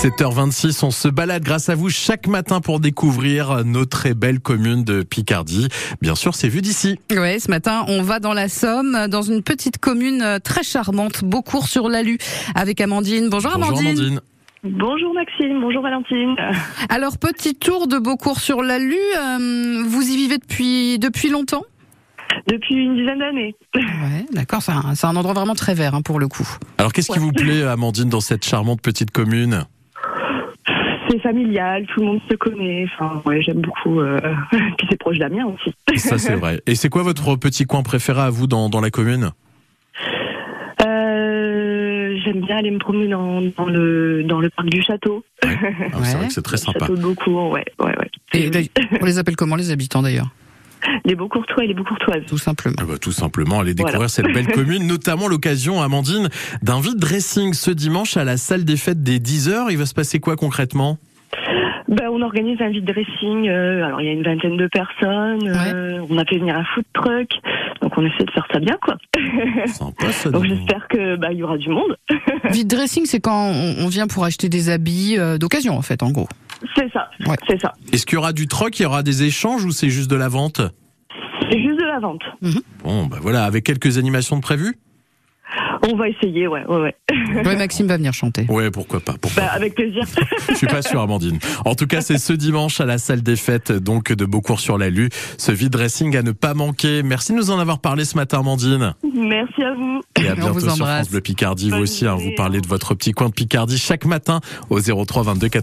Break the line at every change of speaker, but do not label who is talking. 7h26, on se balade grâce à vous chaque matin pour découvrir nos très belles communes de Picardie. Bien sûr, c'est vu d'ici.
Ouais, ce matin, on va dans la Somme, dans une petite commune euh, très charmante, Beaucourt sur l'Alu, avec Amandine. Bonjour,
Bonjour
Amandine.
Amandine.
Bonjour Maxime, bonjour Valentine.
Alors, petit tour de Beaucourt sur l'Alu. euh, vous y vivez depuis, depuis longtemps
Depuis une dizaine d'années.
Ouais, d'accord. C'est un, c'est un endroit vraiment très vert, hein, pour le coup.
Alors qu'est-ce qui vous plaît, Amandine, dans cette charmante petite commune
C'est familial, tout le monde se connaît. Enfin, ouais, j'aime beaucoup. euh, Puis c'est proche d'Amiens aussi.
Ça, c'est vrai. Et c'est quoi votre petit coin préféré à vous dans, dans la commune
Euh, j'aime bien aller me promener dans, dans le dans le parc du château.
Ah, C'est
Ouais.
vrai que c'est très sympa.
Château de Beaucourt, ouais, ouais, ouais.
Et d'ailleurs, on les appelle comment, les habitants, d'ailleurs
Les Beaucourtois et les Beaucourtoises.
Tout simplement.
Ah bah, tout simplement, aller découvrir
Voilà.
cette belle commune, notamment l'occasion, Amandine, d'un vide dressing ce dimanche à la salle des fêtes des 10h. Il va se passer quoi concrètement
Ben, on organise un vide dressing. euh, alors il y a une vingtaine de personnes. euh, on a fait venir un food truck. Donc on essaie de faire ça bien, quoi.
Sympa, ça.
Donc
dis donc.
j'espère que bah il y aura du monde.
Vide dressing, c'est quand on, on vient pour acheter des habits euh, d'occasion, en fait, en gros.
C'est ça,
Ouais.
c'est ça.
Est-ce qu'il y aura du troc, il y aura des échanges ou c'est juste de la vente
C'est juste de la vente.
Bon, bah voilà, avec quelques animations de prévues
On va essayer, ouais, ouais, ouais.
Ouais, Maxime va venir chanter.
Ouais, pourquoi pas. Pourquoi
Bah, avec plaisir.
Je suis pas sûr, Amandine. En tout cas, c'est ce dimanche à la salle des fêtes, donc de Beaucourt sur l'Alu. Ce vide dressing à ne pas manquer. Merci de nous en avoir parlé ce matin, Amandine.
Merci à vous.
Et à
On
bientôt
vous
sur
embrasse.
France Bleu Picardie. Vous
Bonne
aussi, hein, vous
journée.
parlez de votre petit coin de Picardie chaque matin au 03 22 80.